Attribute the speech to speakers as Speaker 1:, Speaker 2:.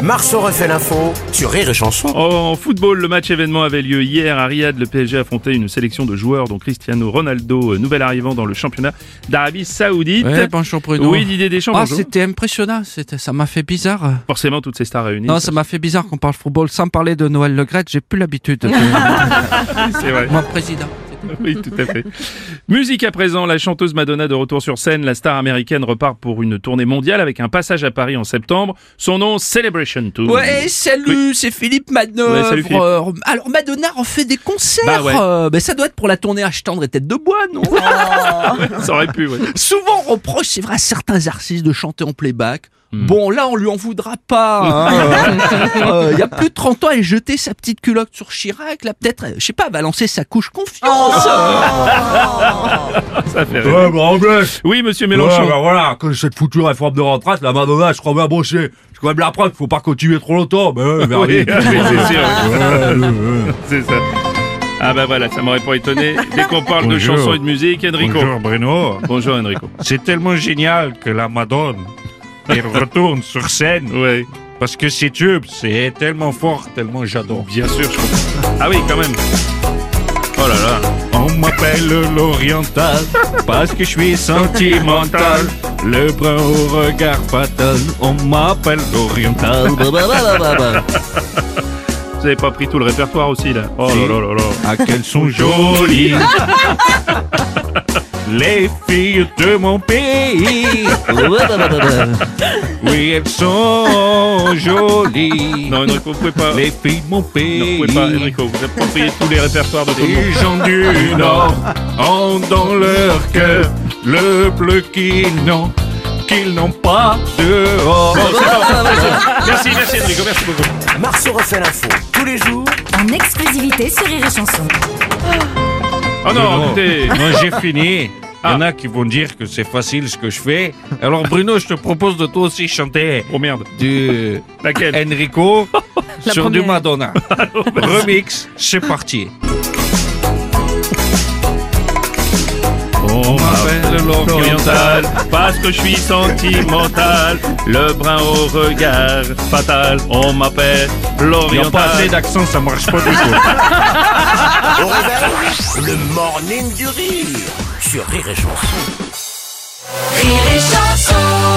Speaker 1: Marceau refait l'info sur Rire et Chanson.
Speaker 2: En football, le match événement avait lieu hier à Riyad. Le PSG affrontait une sélection de joueurs, dont Cristiano Ronaldo, euh, nouvel arrivant dans le championnat d'Arabie Saoudite.
Speaker 3: Ouais, bonjour Bruno.
Speaker 2: Oui, Didier Deschamps,
Speaker 3: Ah,
Speaker 2: bonjour.
Speaker 3: c'était impressionnant, c'était, ça m'a fait bizarre.
Speaker 2: Forcément, toutes ces stars réunies.
Speaker 3: Non, ça m'a fait bizarre qu'on parle football sans parler de Noël Le Graët, j'ai plus l'habitude. de-
Speaker 2: c'est vrai.
Speaker 3: Mon président.
Speaker 2: Oui, tout à fait. Musique à présent, la chanteuse Madonna de retour sur scène, la star américaine repart pour une tournée mondiale avec un passage à Paris en septembre. Son nom, Celebration Tour.
Speaker 3: Ouais, salut, c'est Philippe Manœuvre.
Speaker 2: Ouais, salut Philippe.
Speaker 3: Euh, alors Madonna en fait des concerts.
Speaker 2: Bah ouais.
Speaker 3: Euh, ben, ça doit être pour la tournée H tendre et tête de bois, non
Speaker 2: Ah. Ça aurait pu, ouais.
Speaker 3: Souvent on reproche, c'est vrai, à certains artistes de chanter en playback.
Speaker 2: Hmm.
Speaker 3: Bon, là, on lui en voudra pas.
Speaker 2: Ah,
Speaker 3: hein. Euh, Il y a plus de 30 ans, elle jetait sa petite culotte sur Chirac. Là, peut-être, euh, je sais pas, elle va lancer sa couche
Speaker 2: Oh.
Speaker 3: confiance.
Speaker 2: Ça fait rire.
Speaker 4: Ouais, bah, anglais.
Speaker 2: Oui, monsieur
Speaker 4: Ouais,
Speaker 2: Mélenchon.
Speaker 4: bah, voilà, que cette foutue réforme de retraite, la Madonna, je crois bien brochée. C'est quand même la preuve qu'il faut pas continuer trop longtemps. Ben, euh, Mais ouais,
Speaker 2: Oui,
Speaker 4: Vernier.
Speaker 2: c'est sûr.
Speaker 4: Ouais, ouais, ouais.
Speaker 2: C'est ça. Ah bah voilà, ça m'aurait pas étonné. Dès qu'on parle de
Speaker 5: Bonjour.
Speaker 2: chansons et de musique, Enrico.
Speaker 5: Bonjour Bruno.
Speaker 2: Bonjour Enrico.
Speaker 5: C'est tellement génial que la Madone elle retourne sur scène
Speaker 2: Oui,
Speaker 5: parce que ses tubes, c'est tellement fort, tellement j'adore.
Speaker 2: bien sûr, je comprends. Ah oui, quand même. Oh là là.
Speaker 5: On m'appelle l'Oriental parce que je suis sentimental. Le brun au regard fatal, on m'appelle l'Oriental.
Speaker 2: Vous avez pas pris tout le répertoire aussi là. Oh là là là là.
Speaker 5: Ah, qu'elles sont jolies. Les filles de mon pays. Oui, elles sont jolies.
Speaker 2: Non Enrico, vous pouvez pas.
Speaker 5: Les filles de mon
Speaker 2: Non, vous
Speaker 5: pays.
Speaker 2: pouvez pas, Enrico, vous appropriez tous les répertoires de tout le monde.
Speaker 5: les gens du Nord ont dans leur cœur le bleu qu'ils n'ont, qu'ils n'ont pas dehors.
Speaker 2: Merci, merci Enrico, merci beaucoup.
Speaker 1: Marceau refait l'info tous les jours
Speaker 6: en exclusivité sur Rire et Chanson.
Speaker 2: Oh non, écoutez.
Speaker 5: Non, j'ai fini. Il y en
Speaker 2: Ah.
Speaker 5: a qui vont dire que c'est facile ce que je fais. Alors Bruno, je te propose de toi aussi chanter
Speaker 2: Oh merde.
Speaker 5: du
Speaker 2: Laquelle
Speaker 5: Enrico sur du
Speaker 7: première.
Speaker 5: Madonna. Remix, c'est parti.
Speaker 2: On
Speaker 5: m'appelle
Speaker 2: l'oriental Oh, parce que je suis sentimental. Le brun au regard fatal. On m'appelle
Speaker 5: Il n'y a pas assez
Speaker 2: l'oriental.
Speaker 5: d'accent, ça marche pas du tout.
Speaker 1: au réveil. Le morning du rire sur Rire et Chanson.
Speaker 6: Rire et Chanson.